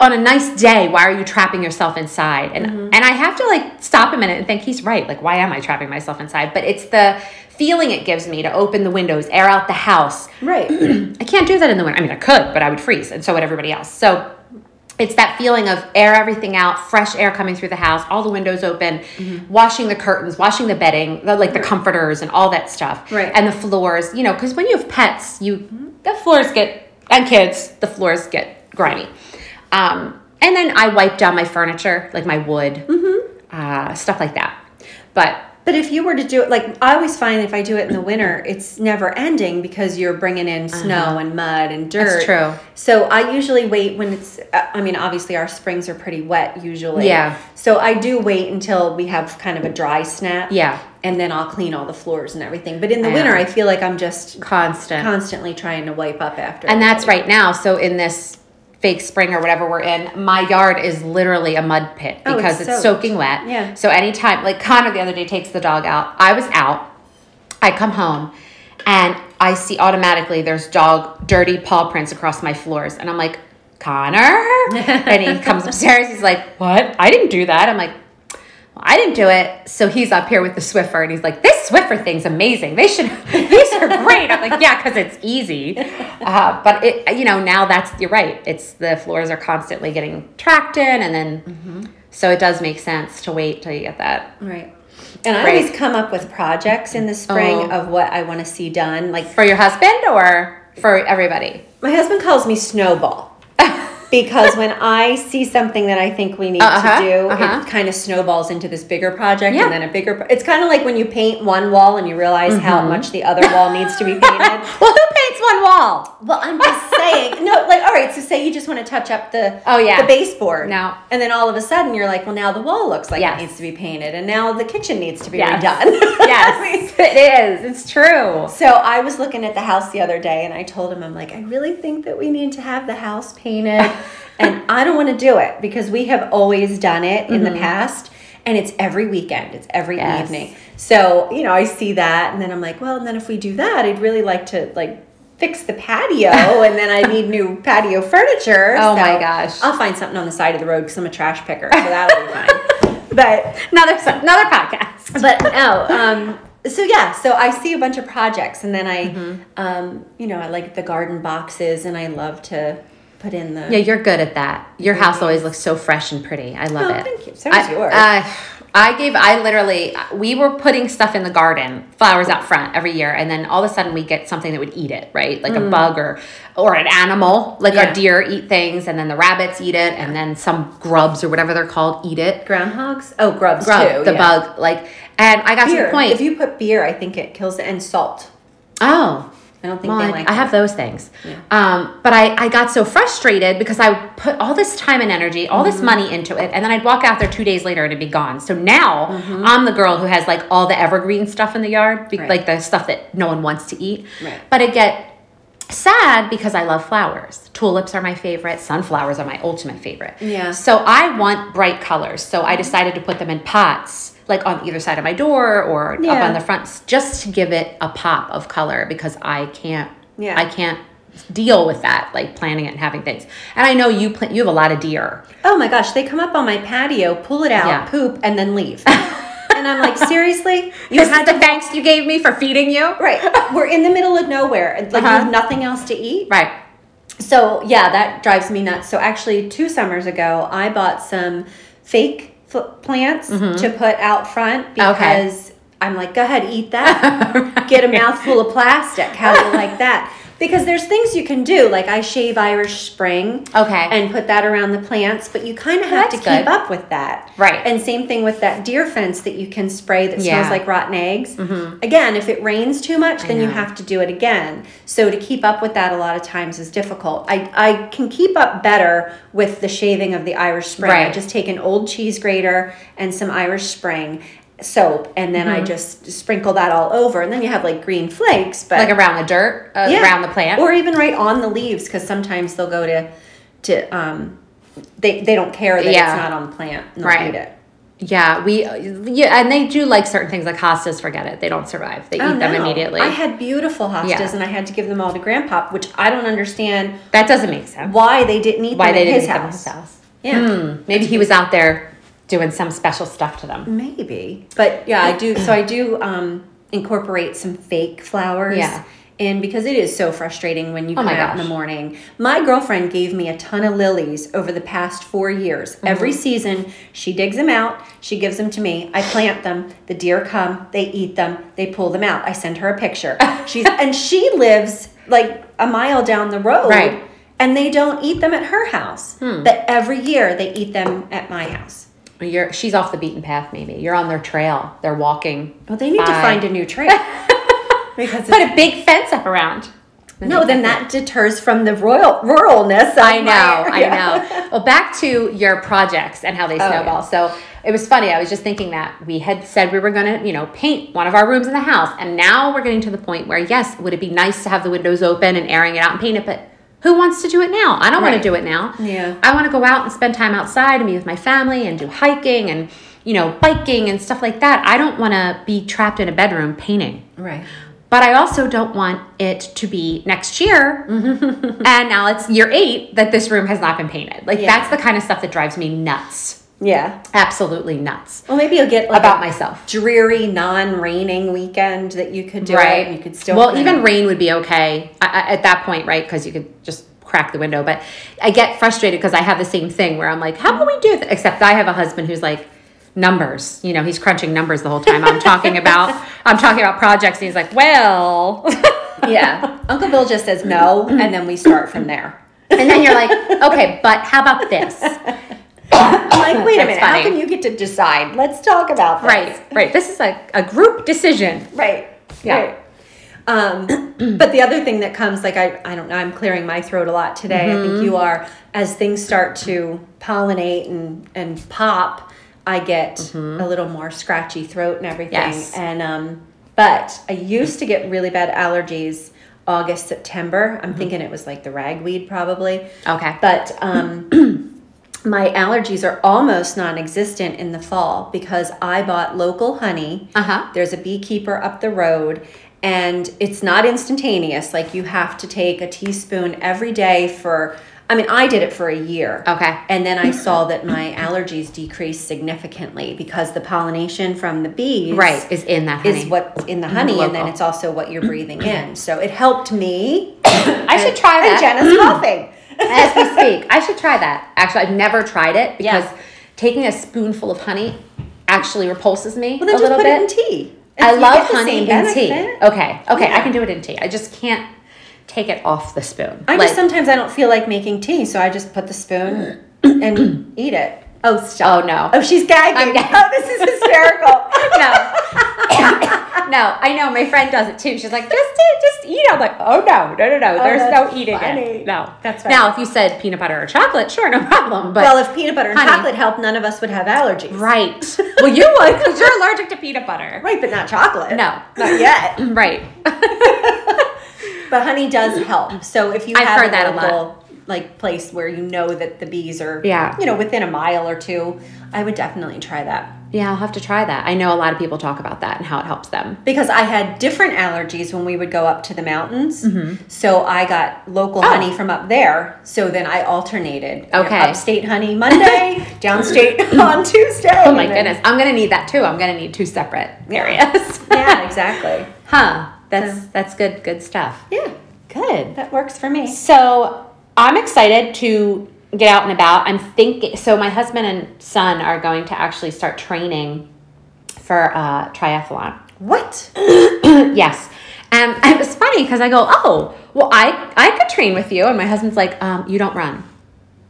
[SPEAKER 2] on a nice day, why are you trapping yourself inside? And and I have to like stop a minute and think he's right. Like why am I trapping myself inside? But it's the feeling it gives me to open the windows, air out the house,
[SPEAKER 1] Right.
[SPEAKER 2] I can't do that in the winter. I mean, I could, but I would freeze, and so would everybody else. So it's that feeling of air everything out, fresh air coming through the house, all the windows open, washing the curtains, washing the bedding, the, like the comforters and all that stuff,
[SPEAKER 1] Right.
[SPEAKER 2] And the floors, you know, because when you have pets, you the floors get and kids, the floors get grimy. Um, and then I wipe down my furniture, like my wood, uh, stuff like that. But
[SPEAKER 1] But if you were to do it, like I always find, if I do it in the winter, it's never ending because you're bringing in snow and mud and dirt.
[SPEAKER 2] Uh-huh. true.
[SPEAKER 1] So I usually wait when it's. uh, I mean, obviously our springs are pretty wet usually.
[SPEAKER 2] Yeah.
[SPEAKER 1] So I do wait until we have kind of a dry snap.
[SPEAKER 2] Yeah.
[SPEAKER 1] And then I'll clean all the floors and everything. But in the
[SPEAKER 2] Yeah.
[SPEAKER 1] winter, I feel like I'm just
[SPEAKER 2] constant,
[SPEAKER 1] constantly trying to wipe up after.
[SPEAKER 2] And that's right now. So in this fake spring or whatever we're in, my yard is literally a mud pit
[SPEAKER 1] Oh, it's
[SPEAKER 2] because it's,
[SPEAKER 1] soaked.
[SPEAKER 2] soaking wet.
[SPEAKER 1] Yeah.
[SPEAKER 2] So anytime, like Connor the other day takes the dog out. I was out. I come home, and I see automatically there's dog dirty paw prints across my floors, and I'm like, Connor. and he comes upstairs. He's like, What? I didn't do that. I'm like. "Well, I didn't do it. So he's up here with the Swiffer and he's like, This Swiffer thing's amazing. They should, these are great. I'm like, Yeah, because it's easy. Uh, but it, you know, now that's, you're right. It's the floors are constantly
[SPEAKER 1] Mm-hmm.
[SPEAKER 2] getting tracked in. And then, so it does make sense to wait till you get that.
[SPEAKER 1] Right. And I
[SPEAKER 2] Great.
[SPEAKER 1] always come up with projects in the spring
[SPEAKER 2] Oh.
[SPEAKER 1] of what I want to see done. Like
[SPEAKER 2] For your husband or for everybody?
[SPEAKER 1] my husband calls me snowball because when I see something that I think we need
[SPEAKER 2] Uh-huh,
[SPEAKER 1] to do,
[SPEAKER 2] uh-huh.
[SPEAKER 1] it kind of snowballs into this bigger project
[SPEAKER 2] Yeah.
[SPEAKER 1] and then a bigger. Pro- it's kind of like when you paint one wall and you realize
[SPEAKER 2] Mm-hmm.
[SPEAKER 1] how much the other wall needs to be painted.
[SPEAKER 2] well, who paints one wall?
[SPEAKER 1] Well, I'm just saying, no, like, all right, so say you just want to touch up the
[SPEAKER 2] Oh, yeah.
[SPEAKER 1] the baseboard.
[SPEAKER 2] No.
[SPEAKER 1] And then all of a sudden you're like, well, now the wall looks like
[SPEAKER 2] Yes.
[SPEAKER 1] it needs to be painted, and now the kitchen needs to be
[SPEAKER 2] Yes.
[SPEAKER 1] redone. I mean,
[SPEAKER 2] Yes, it is. It's true.
[SPEAKER 1] so I was looking at the house the other day and I told him, I'm like, I really think that we need to have the house painted. and I don't want to do it because we have always done it in the past and it's every weekend, it's every
[SPEAKER 2] Mm-hmm. Yes.
[SPEAKER 1] evening. So, you know, I see that and then I'm like, well, and then if we do that, I'd really like to like fix the patio and then I need new patio furniture.
[SPEAKER 2] Oh my gosh.
[SPEAKER 1] I'll find something on the side of the road because I'm a trash picker. So that'll be fine. But
[SPEAKER 2] Another another podcast.
[SPEAKER 1] but no um so yeah so i see a bunch of projects and then i
[SPEAKER 2] Mm-hmm.
[SPEAKER 1] um you know i like the garden boxes and i love to put in the
[SPEAKER 2] Yeah, you're good at that. Your house always looks so fresh and pretty. I love
[SPEAKER 1] Oh,
[SPEAKER 2] it.
[SPEAKER 1] thank you. So does
[SPEAKER 2] I- uh,
[SPEAKER 1] yours.
[SPEAKER 2] I, I gave. I literally. We were putting stuff in the garden, flowers out front every year, and then all of a sudden we get something that would eat it, right? Like a bug or or an animal, like
[SPEAKER 1] Mm. Yeah.
[SPEAKER 2] our deer eat things, and then the rabbits eat it, and then some grubs or whatever they're called eat it.
[SPEAKER 1] groundhogs oh grubs
[SPEAKER 2] Grub,
[SPEAKER 1] too
[SPEAKER 2] the
[SPEAKER 1] yeah.
[SPEAKER 2] bug, like. And I got to
[SPEAKER 1] beer
[SPEAKER 2] the point.
[SPEAKER 1] if you put beer i think it kills it and salt
[SPEAKER 2] oh,
[SPEAKER 1] i don't think
[SPEAKER 2] Well,
[SPEAKER 1] they
[SPEAKER 2] I,
[SPEAKER 1] like
[SPEAKER 2] I
[SPEAKER 1] that.
[SPEAKER 2] have those things.
[SPEAKER 1] Yeah.
[SPEAKER 2] Um, but I, I got so frustrated because I would put all this time and energy, all
[SPEAKER 1] Mm-hmm.
[SPEAKER 2] this money into it, and then I'd walk out there two days later and it'd be gone. So now I'm the girl who has like all the evergreen stuff in the yard, be-
[SPEAKER 1] Mm-hmm. Right.
[SPEAKER 2] like the stuff that no one wants to eat.
[SPEAKER 1] Right.
[SPEAKER 2] But I get sad because I love flowers. Tulips are my favorite, sunflowers are my ultimate favorite.
[SPEAKER 1] Yeah. Mm-hmm.
[SPEAKER 2] So I want bright colors. So I decided to put them in pots. Like on either side of my door or up
[SPEAKER 1] Yeah.
[SPEAKER 2] on the fronts, just to give it a pop of color because I can't
[SPEAKER 1] Yeah.
[SPEAKER 2] I can't deal with that, like planning it and having things. And I know you pla- you have a lot of deer.
[SPEAKER 1] oh my gosh they come up on my patio pull it out
[SPEAKER 2] Yeah.
[SPEAKER 1] poop and then leave and i'm like seriously
[SPEAKER 2] You this had the thanks you gave me for feeding you.
[SPEAKER 1] right we're in the middle of nowhere and, like you
[SPEAKER 2] Uh-huh.
[SPEAKER 1] have nothing else to eat
[SPEAKER 2] Right.
[SPEAKER 1] So yeah, that drives me nuts. So actually, two summers ago, I bought some fake fl- plants
[SPEAKER 2] Mm-hmm.
[SPEAKER 1] to put out front because I'm like, go ahead, eat that. Get a mouthful of plastic. How do you like that? Because there's things you can do, like I shave Irish Spring
[SPEAKER 2] Okay.
[SPEAKER 1] and put that around the plants, but you kind of have to
[SPEAKER 2] that's
[SPEAKER 1] keep
[SPEAKER 2] good.
[SPEAKER 1] up with that.
[SPEAKER 2] Right.
[SPEAKER 1] And same thing with that deer fence that you can spray that
[SPEAKER 2] Yeah.
[SPEAKER 1] smells like rotten eggs. Again, if it rains too much, then you
[SPEAKER 2] Mm-hmm. know.
[SPEAKER 1] have to do it again. So to keep up with that a lot of times is difficult. I, I can keep up better with the shaving of the Irish Spring. I
[SPEAKER 2] Right.
[SPEAKER 1] just take an old cheese grater and some Irish Spring soap and then
[SPEAKER 2] Mm-hmm.
[SPEAKER 1] I just sprinkle that all over and then you have like green flakes but
[SPEAKER 2] like around the dirt, uh,
[SPEAKER 1] yeah.
[SPEAKER 2] around the plant.
[SPEAKER 1] or even right on the leaves because sometimes they'll go to to um they they don't care that
[SPEAKER 2] Yeah.
[SPEAKER 1] it's not on the plant and they'll eat
[SPEAKER 2] Right.
[SPEAKER 1] it
[SPEAKER 2] yeah, we yeah, and they do like certain things like hostas. Forget it; they don't survive. They eat them
[SPEAKER 1] Oh, no.
[SPEAKER 2] immediately.
[SPEAKER 1] i had beautiful hostas
[SPEAKER 2] Yeah.
[SPEAKER 1] and i had to give them all to grandpa which i don't understand
[SPEAKER 2] that doesn't make sense.
[SPEAKER 1] why they didn't eat
[SPEAKER 2] Why
[SPEAKER 1] them
[SPEAKER 2] they
[SPEAKER 1] at
[SPEAKER 2] didn't
[SPEAKER 1] his
[SPEAKER 2] eat them
[SPEAKER 1] house
[SPEAKER 2] themselves?
[SPEAKER 1] yeah
[SPEAKER 2] Hmm, Maybe he was out there doing some special stuff to them.
[SPEAKER 1] maybe but yeah i do so i do um incorporate some fake flowers
[SPEAKER 2] Yeah.
[SPEAKER 1] in because it is so frustrating when you
[SPEAKER 2] Oh
[SPEAKER 1] come
[SPEAKER 2] my
[SPEAKER 1] out in the
[SPEAKER 2] gosh.
[SPEAKER 1] morning. My girlfriend gave me a ton of lilies over the past four years.
[SPEAKER 2] Mm-hmm.
[SPEAKER 1] Every season, she digs them out, she gives them to me. I plant them. The deer come, they eat them, they pull them out. I send her a picture. She's and she lives like a mile down the road.
[SPEAKER 2] Right. Hmm.
[SPEAKER 1] And they don't eat them at her house, but every year they eat them at my house.
[SPEAKER 2] You're she's off the beaten path. Maybe you're on their trail. They're walking.
[SPEAKER 1] Well, they need to
[SPEAKER 2] Bye.
[SPEAKER 1] find a new trail. because
[SPEAKER 2] Put a big fence up around.
[SPEAKER 1] no, then that deters from the royal ruralness.
[SPEAKER 2] I know, I know. Well, back to your projects and how they snowball. So it was funny. I was just thinking that we had said we were going to, you know, paint one of our rooms in the house, and now we're getting to the point where yes, would it be nice to have the windows open and airing it out and paint it, but. Who wants to do it now? I don't want
[SPEAKER 1] Right.
[SPEAKER 2] to do it now.
[SPEAKER 1] Yeah.
[SPEAKER 2] I want to go out and spend time outside and be with my family and do hiking and, you know, biking and stuff like that. I don't want to be trapped in a bedroom painting.
[SPEAKER 1] Right.
[SPEAKER 2] But I also don't want it to be next year. and now it's year eight that this room has not been painted. Like,
[SPEAKER 1] Yeah.
[SPEAKER 2] that's the kind of stuff that drives me nuts.
[SPEAKER 1] Yeah.
[SPEAKER 2] Absolutely nuts.
[SPEAKER 1] Well, maybe you'll get like
[SPEAKER 2] About
[SPEAKER 1] a
[SPEAKER 2] myself.
[SPEAKER 1] dreary, non-raining weekend that you could do. It
[SPEAKER 2] right.
[SPEAKER 1] and you could still.
[SPEAKER 2] well,
[SPEAKER 1] plan.
[SPEAKER 2] even rain would be okay I, I, at that point, right? Because you could just crack the window. But I get frustrated because I have the same thing where I'm like, how can we do this? Except I have a husband who's like, numbers. You know, he's crunching numbers the whole time. I'm talking about I'm talking about projects and he's like, "Well."
[SPEAKER 1] yeah. Uncle Bill just says no, and then we start from there.
[SPEAKER 2] and then you're like, "Okay, but how about this?"
[SPEAKER 1] I'm like, wait a
[SPEAKER 2] That's
[SPEAKER 1] minute,
[SPEAKER 2] funny.
[SPEAKER 1] how come you get to decide? Let's talk about this.
[SPEAKER 2] Right. Right. This is like a group decision.
[SPEAKER 1] Right.
[SPEAKER 2] Yeah.
[SPEAKER 1] Right. Um, but the other thing that comes, like I, I don't know, I'm clearing my throat a lot today. I
[SPEAKER 2] Mm-hmm.
[SPEAKER 1] think you are. As things start to pollinate and and pop, I get a little more scratchy throat and everything.
[SPEAKER 2] Mm-hmm. Yes.
[SPEAKER 1] And um, but I used to get really bad allergies August September.
[SPEAKER 2] Mm-hmm.
[SPEAKER 1] I'm thinking it was like the ragweed probably.
[SPEAKER 2] Okay.
[SPEAKER 1] But um, my allergies are almost non existent in the fall because I bought local honey.
[SPEAKER 2] Uh-huh.
[SPEAKER 1] There's a beekeeper up the road, and it's not instantaneous. Like, you have to take a teaspoon every day for, I mean, I did it for a year.
[SPEAKER 2] Okay.
[SPEAKER 1] And then I saw that my allergies decreased significantly because the pollination from the bees
[SPEAKER 2] Right. Is in that honey.
[SPEAKER 1] is what's in the honey, and then
[SPEAKER 2] Local.
[SPEAKER 1] it's also what you're breathing in. So it helped me.
[SPEAKER 2] I should try that.
[SPEAKER 1] And Jenna's coughing.
[SPEAKER 2] as we speak. I should try that. Actually, I've never tried it because
[SPEAKER 1] Yeah.
[SPEAKER 2] taking a spoonful of honey actually repulses me
[SPEAKER 1] Well, then
[SPEAKER 2] a
[SPEAKER 1] just
[SPEAKER 2] little
[SPEAKER 1] put
[SPEAKER 2] bit.
[SPEAKER 1] it in tea.
[SPEAKER 2] I
[SPEAKER 1] You
[SPEAKER 2] love
[SPEAKER 1] get the
[SPEAKER 2] honey
[SPEAKER 1] same
[SPEAKER 2] in tea.
[SPEAKER 1] benefit. Oh,
[SPEAKER 2] Okay, okay, I
[SPEAKER 1] Yeah.
[SPEAKER 2] can do it in tea. I just can't take it off the spoon.
[SPEAKER 1] I
[SPEAKER 2] Like-
[SPEAKER 1] just sometimes I don't feel like making tea, so I just put the spoon and eat it. Oh stop!
[SPEAKER 2] Oh, no.
[SPEAKER 1] Oh, she's gagging.
[SPEAKER 2] gagging.
[SPEAKER 1] Oh, this is hysterical.
[SPEAKER 2] no. no, I know my friend does it too. She's like, just eat, just eat. I'm like, oh no, no, no, no.
[SPEAKER 1] Oh,
[SPEAKER 2] There's no
[SPEAKER 1] that's
[SPEAKER 2] eating
[SPEAKER 1] funny.
[SPEAKER 2] it. No,
[SPEAKER 1] That's
[SPEAKER 2] Now,
[SPEAKER 1] right.
[SPEAKER 2] if you said peanut butter or chocolate, sure, no problem. But
[SPEAKER 1] well, if peanut butter and
[SPEAKER 2] Honey.
[SPEAKER 1] chocolate helped, none of us would have allergies.
[SPEAKER 2] right, well, you would because you're allergic to peanut butter.
[SPEAKER 1] Right, but not chocolate.
[SPEAKER 2] No.
[SPEAKER 1] not yet.
[SPEAKER 2] Right.
[SPEAKER 1] But honey does help. So if you
[SPEAKER 2] I've
[SPEAKER 1] have
[SPEAKER 2] heard that a
[SPEAKER 1] a local like place where you know that the bees are,
[SPEAKER 2] Yeah.
[SPEAKER 1] you know, within a mile or two, I would definitely try that.
[SPEAKER 2] Yeah, I'll have to try that. I know a lot of people talk about that and how it helps them.
[SPEAKER 1] because I had different allergies when we would go up to the mountains.
[SPEAKER 2] Mm-hmm.
[SPEAKER 1] So I got local honey from up there. So then I alternated. You know,
[SPEAKER 2] Oh. Okay.
[SPEAKER 1] Upstate honey Monday, downstate on Tuesday.
[SPEAKER 2] Oh my goodness, I'm gonna need that too. I'm gonna need two separate areas.
[SPEAKER 1] yeah, exactly.
[SPEAKER 2] huh. That's that's good good stuff.
[SPEAKER 1] Yeah,
[SPEAKER 2] Good.
[SPEAKER 1] that works for me.
[SPEAKER 2] So I'm excited to get out and about. I'm thinking. So my husband and son are going to actually start training for uh, triathlon.
[SPEAKER 1] What?
[SPEAKER 2] yes. And it was funny because I go, oh, well, I, I could train with you. And my husband's like, um, you don't run.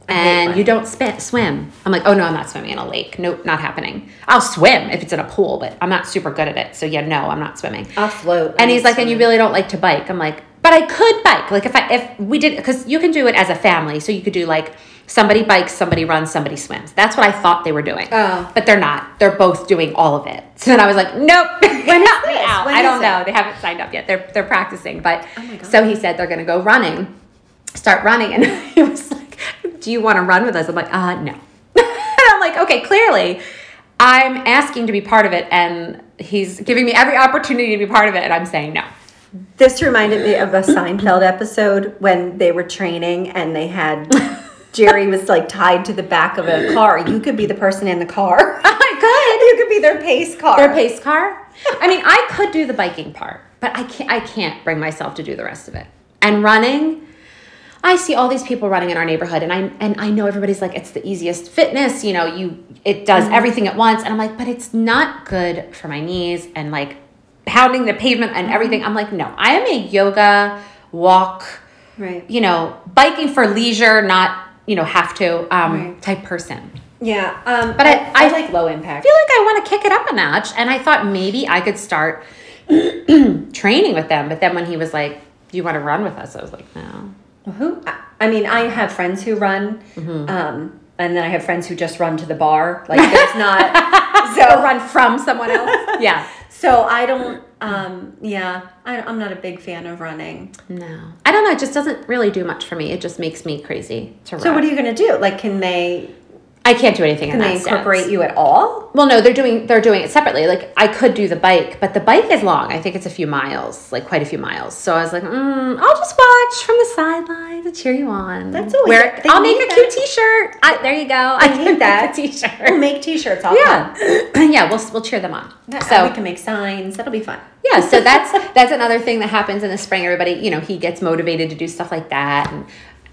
[SPEAKER 1] hate
[SPEAKER 2] And
[SPEAKER 1] running.
[SPEAKER 2] you don't spin, swim. I'm like, oh, no, I'm not swimming in a lake. Nope, not happening. I'll swim if it's in a pool, but I'm not super good at it. So, yeah, no, I'm not swimming.
[SPEAKER 1] I'll float.
[SPEAKER 2] And he's like, and you really don't like to bike. I'm like, but I could bike. Like if I if we did because you can do it as a family. So you could do like somebody bikes, somebody runs, somebody swims. That's what I thought they were doing.
[SPEAKER 1] Oh.
[SPEAKER 2] But they're not. They're both doing all of it. So then I was like, nope. When help me
[SPEAKER 1] this?
[SPEAKER 2] out.
[SPEAKER 1] When
[SPEAKER 2] I
[SPEAKER 1] is
[SPEAKER 2] don't
[SPEAKER 1] it?
[SPEAKER 2] know. They haven't signed up yet. They're they're practicing. But
[SPEAKER 1] Oh my God.
[SPEAKER 2] so he said they're gonna go running, start running, and he was like, Do you wanna run with us? I'm like, uh no. and I'm like, okay, clearly I'm asking to be part of it and he's giving me every opportunity to be part of it and I'm saying no.
[SPEAKER 1] This reminded me of a Seinfeld episode when they were training and they had Jerry was like tied to the back of a car. You could be the person in the car. I could. You could be their pace car.
[SPEAKER 2] Or a pace car. I mean, I could do the biking part, but I can't. I can't bring myself to do the rest of it. And running, I see all these people running in our neighborhood, and I and I know everybody's like, it's the easiest fitness. You know, you it does everything at once, and I'm like, but it's not good for my knees and like pounding the pavement and everything. I'm like, no, I am a yoga walk.
[SPEAKER 1] Right.
[SPEAKER 2] You know, biking for leisure, not you know have to um,
[SPEAKER 1] Right.
[SPEAKER 2] type person.
[SPEAKER 1] Yeah, um,
[SPEAKER 2] But
[SPEAKER 1] but
[SPEAKER 2] I-
[SPEAKER 1] I, I,
[SPEAKER 2] I-
[SPEAKER 1] like low impact.
[SPEAKER 2] I feel like I want to kick it up a notch. And I thought maybe I could start training with them. But then when he was like, Do you want to run with us? I was like, No.
[SPEAKER 1] Who? I, I mean, I have friends who run,
[SPEAKER 2] Mm-hmm.
[SPEAKER 1] um, and then I have friends who just run to the bar. Like there's not so
[SPEAKER 2] Run from someone else? yeah.
[SPEAKER 1] so I don't. Um, yeah, I, I'm not a big fan of running.
[SPEAKER 2] No. I don't know. It just doesn't really do much for me. It just makes me crazy to run.
[SPEAKER 1] So what are you gonna do? Like, can they
[SPEAKER 2] I can't do anything in
[SPEAKER 1] can
[SPEAKER 2] that
[SPEAKER 1] they incorporate
[SPEAKER 2] sense.
[SPEAKER 1] you at all?
[SPEAKER 2] Well, no, they're doing they're doing it separately. Like I could do the bike, but the bike is long. I think it's a few miles, like quite a few miles. So I was like, mm, I'll just watch from the sidelines and cheer you on.
[SPEAKER 1] That's always-
[SPEAKER 2] Wear it.
[SPEAKER 1] they
[SPEAKER 2] I'll make
[SPEAKER 1] need
[SPEAKER 2] a cute
[SPEAKER 1] that.
[SPEAKER 2] T-shirt. I, there you go. I
[SPEAKER 1] need
[SPEAKER 2] can
[SPEAKER 1] that.
[SPEAKER 2] make a T-shirt.
[SPEAKER 1] We'll make T-shirts. I'll
[SPEAKER 2] yeah yeah we'll, we'll cheer them on
[SPEAKER 1] come.
[SPEAKER 2] so
[SPEAKER 1] we can make signs. That'll be fun.
[SPEAKER 2] yeah so that's that's another thing that happens in the spring everybody you know he gets motivated to do stuff like that and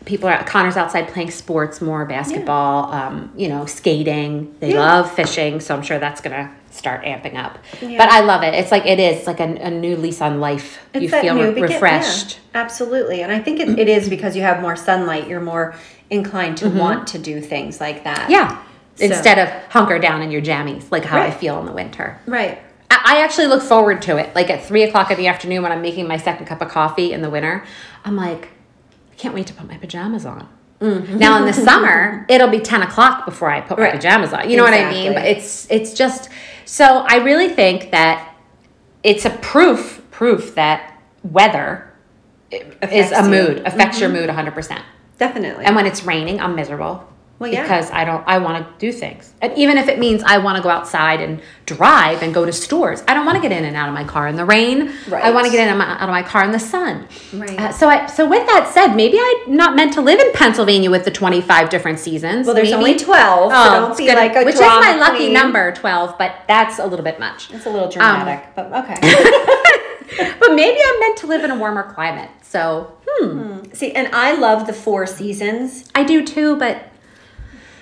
[SPEAKER 2] people are Connor's outside playing sports more, basketball, um, you know, skating. They love fishing, so I'm sure that's gonna start amping up. But I love it. It's like it is like a, a new lease on life.
[SPEAKER 1] It's
[SPEAKER 2] you
[SPEAKER 1] that
[SPEAKER 2] feel
[SPEAKER 1] new
[SPEAKER 2] re-
[SPEAKER 1] begin- yeah,
[SPEAKER 2] refreshed.
[SPEAKER 1] absolutely. And I think it, it is because you have more sunlight, you're more inclined to want to do things like that.
[SPEAKER 2] Mm-hmm. Yeah.
[SPEAKER 1] So-
[SPEAKER 2] Instead of hunker down in your jammies, like how I
[SPEAKER 1] Right.
[SPEAKER 2] feel in the winter.
[SPEAKER 1] Right.
[SPEAKER 2] I I actually look forward to it. Like at three o'clock in the afternoon when I'm making my second cup of coffee in the winter, I'm like, I can't wait to put my pajamas on. Now in the summer, it'll be ten o'clock before I put
[SPEAKER 1] Mm-hmm. Right.
[SPEAKER 2] my pajamas on. You know what I mean?
[SPEAKER 1] Exactly.
[SPEAKER 2] But it's it's just so I really think that it's a proof proof that weather is
[SPEAKER 1] Affects
[SPEAKER 2] a
[SPEAKER 1] you. Mm-hmm.
[SPEAKER 2] mood affects your mood 100. percent
[SPEAKER 1] Definitely.
[SPEAKER 2] and when it's raining, I'm miserable.
[SPEAKER 1] Well, Oh, yeah.
[SPEAKER 2] Because I don't, I want to do things. And even if it means I want to go outside and drive and go to stores, I don't want to get in and out of my car in the rain. I
[SPEAKER 1] Right.
[SPEAKER 2] want to get in and my- out of my car in the sun.
[SPEAKER 1] Right.
[SPEAKER 2] Uh, so, I, so with that said, maybe I'm not meant to live in Pennsylvania with the 25 different seasons.
[SPEAKER 1] well, there's
[SPEAKER 2] Maybe-
[SPEAKER 1] only 12, so
[SPEAKER 2] Oh,
[SPEAKER 1] don't
[SPEAKER 2] it's
[SPEAKER 1] be
[SPEAKER 2] gonna-
[SPEAKER 1] like a
[SPEAKER 2] which is
[SPEAKER 1] drama
[SPEAKER 2] my lucky
[SPEAKER 1] queen.
[SPEAKER 2] number, 12, but that's a little bit much.
[SPEAKER 1] It's a little dramatic, but okay.
[SPEAKER 2] But maybe I'm meant to live in a warmer climate. So, hmm,
[SPEAKER 1] See, and I love the four seasons,
[SPEAKER 2] I do too, but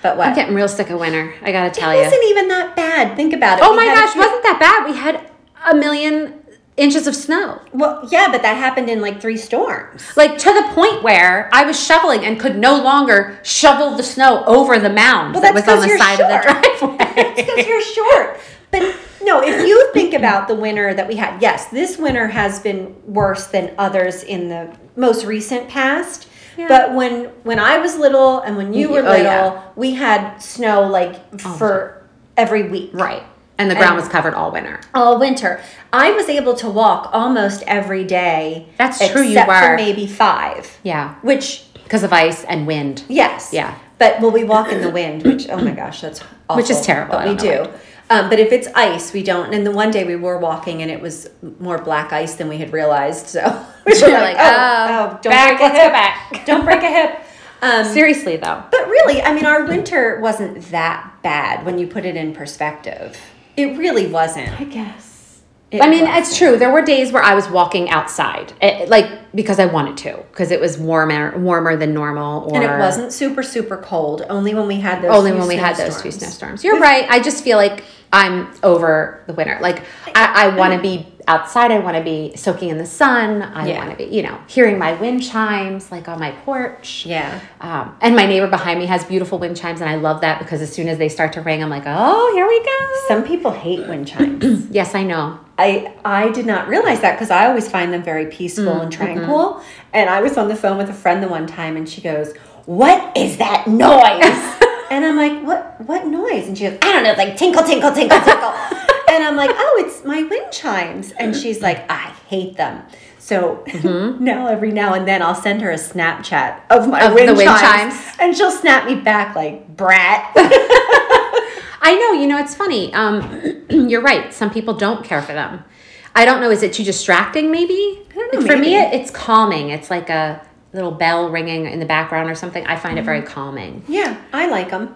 [SPEAKER 1] but
[SPEAKER 2] I'm
[SPEAKER 1] what?
[SPEAKER 2] getting real sick of winter. I gotta tell
[SPEAKER 1] It
[SPEAKER 2] you.
[SPEAKER 1] wasn't even that bad. Think about it.
[SPEAKER 2] Oh
[SPEAKER 1] We
[SPEAKER 2] my
[SPEAKER 1] had a
[SPEAKER 2] gosh,
[SPEAKER 1] few-
[SPEAKER 2] wasn't that bad? We had a million inches of snow.
[SPEAKER 1] Well, yeah, but that happened in like three storms.
[SPEAKER 2] Like to the point where I was shoveling and could no longer shovel the snow over the mound
[SPEAKER 1] Well,
[SPEAKER 2] that
[SPEAKER 1] that's
[SPEAKER 2] was on
[SPEAKER 1] 'cause
[SPEAKER 2] the
[SPEAKER 1] you're
[SPEAKER 2] side
[SPEAKER 1] short.
[SPEAKER 2] of the driveway.
[SPEAKER 1] because you're short. But no, if you think about the winter that we had, yes, this winter has been worse than others in the most recent past.
[SPEAKER 2] Yeah.
[SPEAKER 1] But when when I was little and when you
[SPEAKER 2] Y-
[SPEAKER 1] were
[SPEAKER 2] oh,
[SPEAKER 1] little,
[SPEAKER 2] yeah.
[SPEAKER 1] we had snow like for every week.
[SPEAKER 2] right. And the ground
[SPEAKER 1] And-
[SPEAKER 2] was covered all winter.
[SPEAKER 1] All winter. I was able to walk almost every day.
[SPEAKER 2] That's true, you
[SPEAKER 1] except for
[SPEAKER 2] were.
[SPEAKER 1] maybe five.
[SPEAKER 2] Yeah.
[SPEAKER 1] Which
[SPEAKER 2] Because of ice and wind.
[SPEAKER 1] Yes.
[SPEAKER 2] Yeah.
[SPEAKER 1] But well, we walk in the wind, which oh my gosh, that's awful.
[SPEAKER 2] Which is terrible.
[SPEAKER 1] But
[SPEAKER 2] I
[SPEAKER 1] we
[SPEAKER 2] don't know
[SPEAKER 1] do. Um, but if it's ice, we don't. And the one day we were walking, and it was more black ice than we had realized. So we were
[SPEAKER 2] You're like, oh, back,
[SPEAKER 1] break a
[SPEAKER 2] let's go
[SPEAKER 1] hip.
[SPEAKER 2] back.
[SPEAKER 1] don't break a hip. Um,
[SPEAKER 2] Seriously though.
[SPEAKER 1] but really, I mean, our winter wasn't that bad when you put it in perspective. It really wasn't.
[SPEAKER 2] I guess.
[SPEAKER 1] It
[SPEAKER 2] I mean,
[SPEAKER 1] wasn't.
[SPEAKER 2] it's true. There were days where I was walking outside, eh, like because I wanted to, because it was warmer, warmer than normal, or
[SPEAKER 1] and it wasn't super super cold. Only when we had those.
[SPEAKER 2] only
[SPEAKER 1] few
[SPEAKER 2] when we had those
[SPEAKER 1] snowstorms.
[SPEAKER 2] two snowstorms. You're right. I just feel like I'm over the winter. Like I, I want to be outside. I want to be soaking in the sun. I
[SPEAKER 1] Yeah.
[SPEAKER 2] want to be, you know, hearing my wind chimes like on my porch.
[SPEAKER 1] Yeah.
[SPEAKER 2] Um, and my neighbor behind me has beautiful wind chimes, and I love that because as soon as they start to ring, I'm like, oh, here we go.
[SPEAKER 1] Some people hate wind chimes.
[SPEAKER 2] Yes, I know.
[SPEAKER 1] I I did not realize that because I always find them very peaceful
[SPEAKER 2] Mm,
[SPEAKER 1] and tranquil.
[SPEAKER 2] mm-hmm.
[SPEAKER 1] And I was on the phone with a friend the one time, and she goes, "What is that noise?" and I'm like, "What what noise?" And she goes, "I don't know, it's like tinkle, tinkle, tinkle, tinkle." and I'm like, "Oh, it's my wind chimes." And she's like, "I hate them." So now every now and then I'll send her a Snapchat of my
[SPEAKER 2] Mm-hmm. Of the
[SPEAKER 1] wind,
[SPEAKER 2] wind
[SPEAKER 1] chimes,
[SPEAKER 2] chimes.
[SPEAKER 1] and she'll snap me back like, "Brat."
[SPEAKER 2] I know, you know, it's funny. Um, you're right. Some people don't care for them. I don't know. Is it too distracting, maybe?
[SPEAKER 1] don't know,
[SPEAKER 2] Like, for
[SPEAKER 1] maybe.
[SPEAKER 2] me, it, it's calming. It's like a little bell ringing in the background or something. I find it very
[SPEAKER 1] Mm-hmm.
[SPEAKER 2] calming.
[SPEAKER 1] yeah, I like them.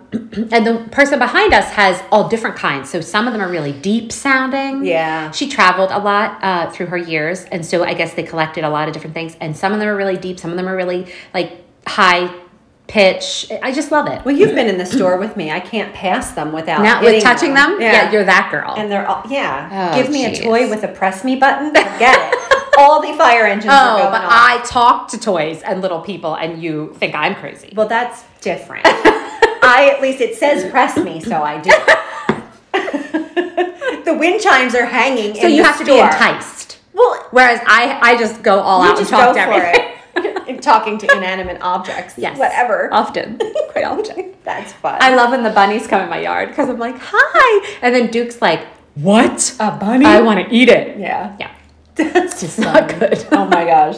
[SPEAKER 2] And the person behind us has all different kinds. So some of them are really deep sounding.
[SPEAKER 1] Yeah.
[SPEAKER 2] She traveled a lot uh, through her years. And so I guess they collected a lot of different things. And some of them are really deep, some of them are really like high pitch. I just love it.
[SPEAKER 1] Well, you've been in the store with me. I can't pass them without
[SPEAKER 2] Not
[SPEAKER 1] hitting
[SPEAKER 2] with touching them?
[SPEAKER 1] Yeah.
[SPEAKER 2] you're that girl.
[SPEAKER 1] and they're all yeah.
[SPEAKER 2] Oh,
[SPEAKER 1] Give me
[SPEAKER 2] jeez.
[SPEAKER 1] a toy with a press me button. Forget it. All the fire engines are
[SPEAKER 2] Oh,
[SPEAKER 1] going
[SPEAKER 2] but
[SPEAKER 1] off.
[SPEAKER 2] I talk to toys and little people, and you think I'm crazy.
[SPEAKER 1] well, that's different. I at least it says press me, so I do. the wind chimes are hanging.
[SPEAKER 2] So
[SPEAKER 1] in
[SPEAKER 2] you
[SPEAKER 1] the
[SPEAKER 2] have to be
[SPEAKER 1] store.
[SPEAKER 2] enticed.
[SPEAKER 1] Well,
[SPEAKER 2] Whereas I, I just go all
[SPEAKER 1] you
[SPEAKER 2] out
[SPEAKER 1] just go
[SPEAKER 2] and talk
[SPEAKER 1] for
[SPEAKER 2] to everything.
[SPEAKER 1] it. And Talking to inanimate objects.
[SPEAKER 2] Yes,
[SPEAKER 1] Whatever.
[SPEAKER 2] Often, quite often.
[SPEAKER 1] That's fun.
[SPEAKER 2] I love when the bunnies come in my yard because I'm like, "Hi," and then Duke's like, "What?
[SPEAKER 1] a bunny.
[SPEAKER 2] I want to eat it."
[SPEAKER 1] Uh, yeah.
[SPEAKER 2] Yeah,
[SPEAKER 1] That's just
[SPEAKER 2] not good.
[SPEAKER 1] oh my gosh.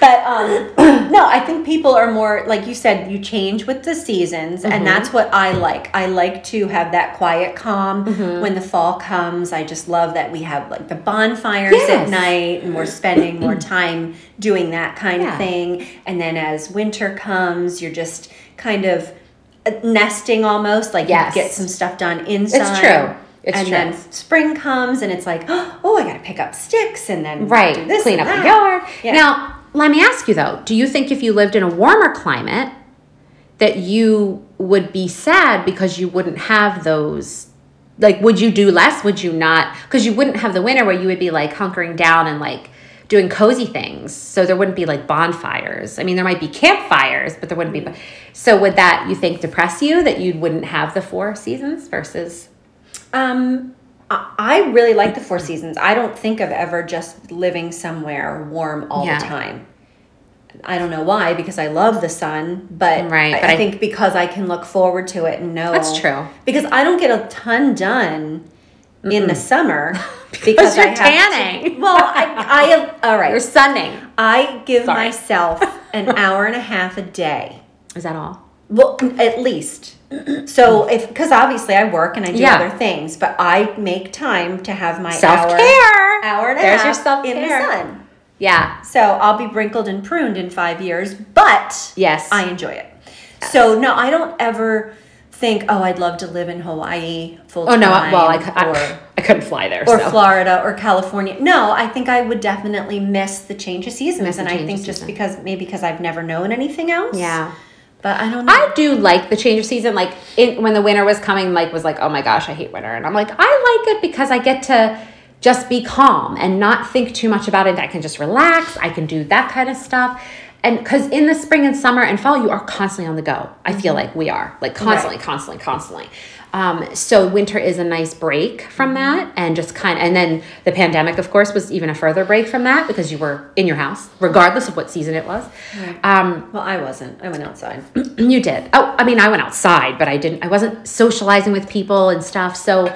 [SPEAKER 1] But um, no, I think people are more like you said. You change with the seasons,
[SPEAKER 2] Mm-hmm.
[SPEAKER 1] and that's what I like. I like to have that quiet calm
[SPEAKER 2] Mm-hmm.
[SPEAKER 1] when the fall comes. I just love that we have like the bonfires
[SPEAKER 2] Yes.
[SPEAKER 1] at night, and we're spending more time doing that kind
[SPEAKER 2] Yeah.
[SPEAKER 1] of thing. And then as winter comes, you're just kind of uh, nesting almost. Like
[SPEAKER 2] Yes.
[SPEAKER 1] you get some stuff done inside.
[SPEAKER 2] true. It's
[SPEAKER 1] and
[SPEAKER 2] true.
[SPEAKER 1] then spring comes and it's like, oh, I got to pick up sticks and then
[SPEAKER 2] right.
[SPEAKER 1] do this
[SPEAKER 2] Clean up
[SPEAKER 1] and
[SPEAKER 2] the
[SPEAKER 1] that.
[SPEAKER 2] yard.
[SPEAKER 1] Yeah.
[SPEAKER 2] Now, Let me ask you though, do you think if you lived in a warmer climate that you would be sad because you wouldn't have those like would you do less would you not because you wouldn't have the winter where you would be like hunkering down and like doing cozy things so there wouldn't be like bonfires i mean there might be campfires but there wouldn't
[SPEAKER 1] Mm.
[SPEAKER 2] be so would that you think depress you that you wouldn't have the four seasons versus
[SPEAKER 1] Um, I I really like the Four Seasons. I don't think of ever just living somewhere warm all
[SPEAKER 2] Yeah.
[SPEAKER 1] the time. I don't know why because I love the sun, but
[SPEAKER 2] Right,
[SPEAKER 1] I,
[SPEAKER 2] but
[SPEAKER 1] I
[SPEAKER 2] I-
[SPEAKER 1] think because I can look forward to it and know
[SPEAKER 2] That's true.
[SPEAKER 1] Because I don't get a ton done in the summer because,
[SPEAKER 2] you're
[SPEAKER 1] I have to-
[SPEAKER 2] tanning.
[SPEAKER 1] well, I, I all right.
[SPEAKER 2] or sunning
[SPEAKER 1] I give
[SPEAKER 2] Sorry.
[SPEAKER 1] myself an hour and a half a day.
[SPEAKER 2] is that all
[SPEAKER 1] Well, at least. So if because obviously I work and I do
[SPEAKER 2] Yeah.
[SPEAKER 1] other things, but I make time to have my hour
[SPEAKER 2] self-care
[SPEAKER 1] hour and a
[SPEAKER 2] There's
[SPEAKER 1] half
[SPEAKER 2] your self-care.
[SPEAKER 1] in the sun.
[SPEAKER 2] yeah
[SPEAKER 1] So I'll be wrinkled and pruned in five years, but
[SPEAKER 2] yes
[SPEAKER 1] I enjoy it. So no, I don't ever think, oh, I'd love to live in Hawaii full
[SPEAKER 2] oh
[SPEAKER 1] time.
[SPEAKER 2] no well I, cou-
[SPEAKER 1] or,
[SPEAKER 2] I, I couldn't fly there
[SPEAKER 1] or
[SPEAKER 2] so.
[SPEAKER 1] Florida or California. No, I think I would definitely miss the change of seasons,
[SPEAKER 2] Miss the
[SPEAKER 1] and I
[SPEAKER 2] change of
[SPEAKER 1] think just
[SPEAKER 2] season.
[SPEAKER 1] because maybe because I've never known anything else.
[SPEAKER 2] yeah
[SPEAKER 1] but I don't. know.
[SPEAKER 2] I do like the change of season. Like in, when the winter was coming, Mike was like, "Oh my gosh, I hate winter," and I'm like, "I like it because I get to just be calm and not think too much about it. I can just relax. I can do that kind of stuff." And because in the spring and summer and fall, you are constantly on the go. I feel like we are like constantly, constantly, constantly. Um, so winter is a nice break from that, and just kind of, and then the pandemic, of course, was even a further break from that because you were in your house, regardless of what season it was. Um,
[SPEAKER 1] Well, I wasn't. I went outside.
[SPEAKER 2] you did. Oh, I mean, I went outside, but I didn't. I wasn't socializing with people and stuff. So,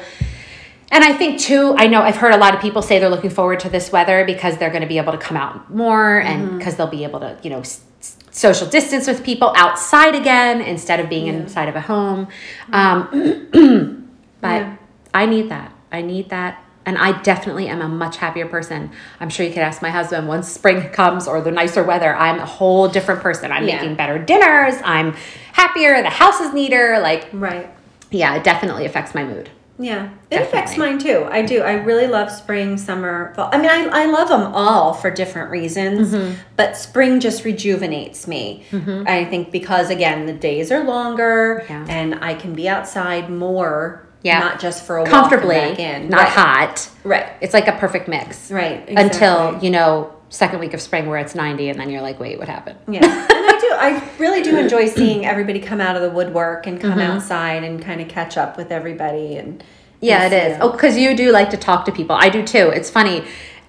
[SPEAKER 2] and I think too. I know I've heard a lot of people say they're looking forward to this weather because they're going to be able to come out more and because they'll be able to, you know, s- s- social distance with people outside again instead of being inside of a home. Um, but
[SPEAKER 1] Yeah.
[SPEAKER 2] I need that. I need that. And I definitely am a much happier person. I'm sure you could ask my husband once spring comes or the nicer weather, I'm a whole different person. I'm
[SPEAKER 1] Yeah.
[SPEAKER 2] making better dinners. I'm happier. The house is neater. Like,
[SPEAKER 1] Right.
[SPEAKER 2] yeah, it definitely affects my mood.
[SPEAKER 1] Yeah. It affects
[SPEAKER 2] Definitely.
[SPEAKER 1] mine too. I do. I really love spring, summer, fall. I mean, I, I love them all for different reasons,
[SPEAKER 2] Mm-hmm.
[SPEAKER 1] but spring just rejuvenates me. I think because, again, the days are longer
[SPEAKER 2] Yeah.
[SPEAKER 1] and I can be outside more,
[SPEAKER 2] Yeah.
[SPEAKER 1] not just for a
[SPEAKER 2] Comfortably,
[SPEAKER 1] walk and back in.
[SPEAKER 2] not
[SPEAKER 1] right.
[SPEAKER 2] hot.
[SPEAKER 1] Right.
[SPEAKER 2] It's like a perfect mix
[SPEAKER 1] Right.
[SPEAKER 2] until,
[SPEAKER 1] exactly.
[SPEAKER 2] you know, second week of spring where it's 90 and then you're like, wait, what happened?
[SPEAKER 1] Yeah. and I do. I really do enjoy seeing everybody come out of the woodwork and come
[SPEAKER 2] Mm-hmm.
[SPEAKER 1] outside and kind of catch up with everybody. And
[SPEAKER 2] Yeah,
[SPEAKER 1] and
[SPEAKER 2] it
[SPEAKER 1] see
[SPEAKER 2] is. Oh, because you do like to talk to people. I do too. It's funny.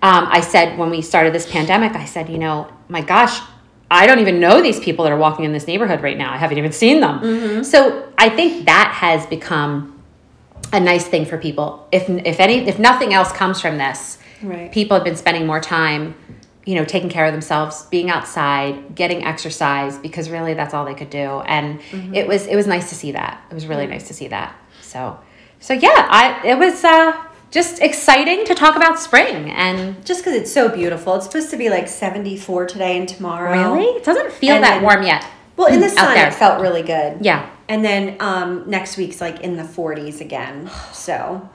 [SPEAKER 2] Um, I said when we started this pandemic, I said, you know, my gosh, I don't even know these people that are walking in this neighborhood right now. I haven't even seen them.
[SPEAKER 1] Mm-hmm.
[SPEAKER 2] So I think that has become a nice thing for people. If if any, if nothing else comes from this,
[SPEAKER 1] Right.
[SPEAKER 2] people have been spending more time, you know, taking care of themselves, being outside, getting exercise because really that's all they could do. And
[SPEAKER 1] Mm-hmm.
[SPEAKER 2] it was it was nice to see that. It was really nice to see that. So so yeah, I it was uh, just exciting to talk about spring and
[SPEAKER 1] Just because it's so beautiful. It's supposed to be like 74 today and tomorrow.
[SPEAKER 2] really it doesn't feel
[SPEAKER 1] And
[SPEAKER 2] that
[SPEAKER 1] then-
[SPEAKER 2] warm yet.
[SPEAKER 1] Well, in the
[SPEAKER 2] Out
[SPEAKER 1] sun,
[SPEAKER 2] there.
[SPEAKER 1] it felt really good.
[SPEAKER 2] Yeah.
[SPEAKER 1] And then um, next week's like in the 40s again. So,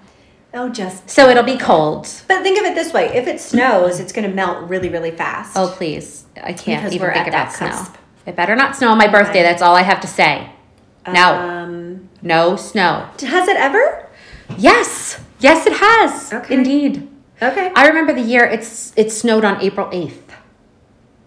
[SPEAKER 1] oh, just.
[SPEAKER 2] So it'll be cold.
[SPEAKER 1] But think of it this way if it snows, it's going to melt really, really fast.
[SPEAKER 2] Oh please, I can't
[SPEAKER 1] Because
[SPEAKER 2] even
[SPEAKER 1] we're
[SPEAKER 2] think
[SPEAKER 1] at
[SPEAKER 2] about
[SPEAKER 1] that
[SPEAKER 2] snow.
[SPEAKER 1] cusp.
[SPEAKER 2] It better not snow on my birthday. That's all I have to say. No,
[SPEAKER 1] Um,
[SPEAKER 2] no snow.
[SPEAKER 1] has it ever?
[SPEAKER 2] Yes, yes, it has.
[SPEAKER 1] Okay.
[SPEAKER 2] Indeed.
[SPEAKER 1] Okay.
[SPEAKER 2] I remember the year it's it snowed on April eighth.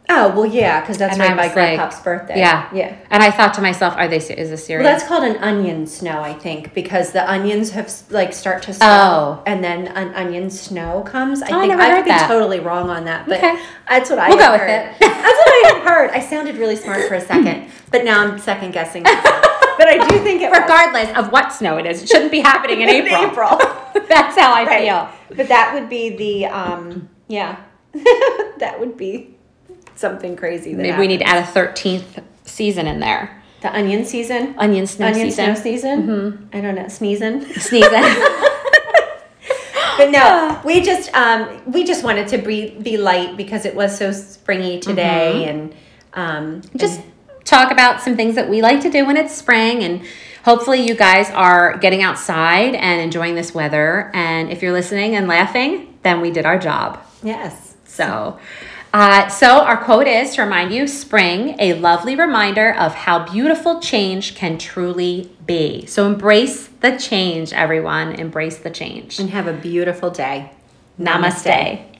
[SPEAKER 1] oh, well, yeah, because that's
[SPEAKER 2] And
[SPEAKER 1] right
[SPEAKER 2] I
[SPEAKER 1] by
[SPEAKER 2] was like-
[SPEAKER 1] Grandpa's birthday.
[SPEAKER 2] Yeah,
[SPEAKER 1] Yeah.
[SPEAKER 2] And I thought to myself, are they? se- Is this serious?
[SPEAKER 1] Well, that's called an onion snow, I think, because the onions have like start to snow,
[SPEAKER 2] Oh.
[SPEAKER 1] and then an onion snow comes. I
[SPEAKER 2] Oh, I
[SPEAKER 1] think
[SPEAKER 2] never
[SPEAKER 1] I
[SPEAKER 2] heard
[SPEAKER 1] could be
[SPEAKER 2] that.
[SPEAKER 1] totally wrong on that, but
[SPEAKER 2] Okay.
[SPEAKER 1] that's what I
[SPEAKER 2] We'll
[SPEAKER 1] had
[SPEAKER 2] go with
[SPEAKER 1] heard.
[SPEAKER 2] it.
[SPEAKER 1] that's what I had heard. I sounded really smart for a second, but now I'm second guessing. myself. but I do think it was
[SPEAKER 2] Regardless of what snow it is, it shouldn't be happening in
[SPEAKER 1] In
[SPEAKER 2] April.
[SPEAKER 1] April.
[SPEAKER 2] that's how I
[SPEAKER 1] right.
[SPEAKER 2] feel.
[SPEAKER 1] But that would be the um, yeah, that would be something crazy. That
[SPEAKER 2] Maybe we need to add a thirteenth season in there.
[SPEAKER 1] happened. the onion season,
[SPEAKER 2] Onion snow
[SPEAKER 1] onion
[SPEAKER 2] season. Mm-hmm.
[SPEAKER 1] snow season. I don't know, sneezing.
[SPEAKER 2] Sneezing.
[SPEAKER 1] But no, we just um, we just wanted to be be light because it was so springy today, and um,
[SPEAKER 2] Just talk about some things that we like to do when it's spring and. Hopefully, you guys are getting outside and enjoying this weather. And if you're listening and laughing, then we did our job.
[SPEAKER 1] yes,
[SPEAKER 2] So, Uh, so, our quote is to remind you spring, a lovely reminder of how beautiful change can truly be. So, embrace the change, everyone. Embrace the change.
[SPEAKER 1] And have a beautiful day.
[SPEAKER 2] Namaste.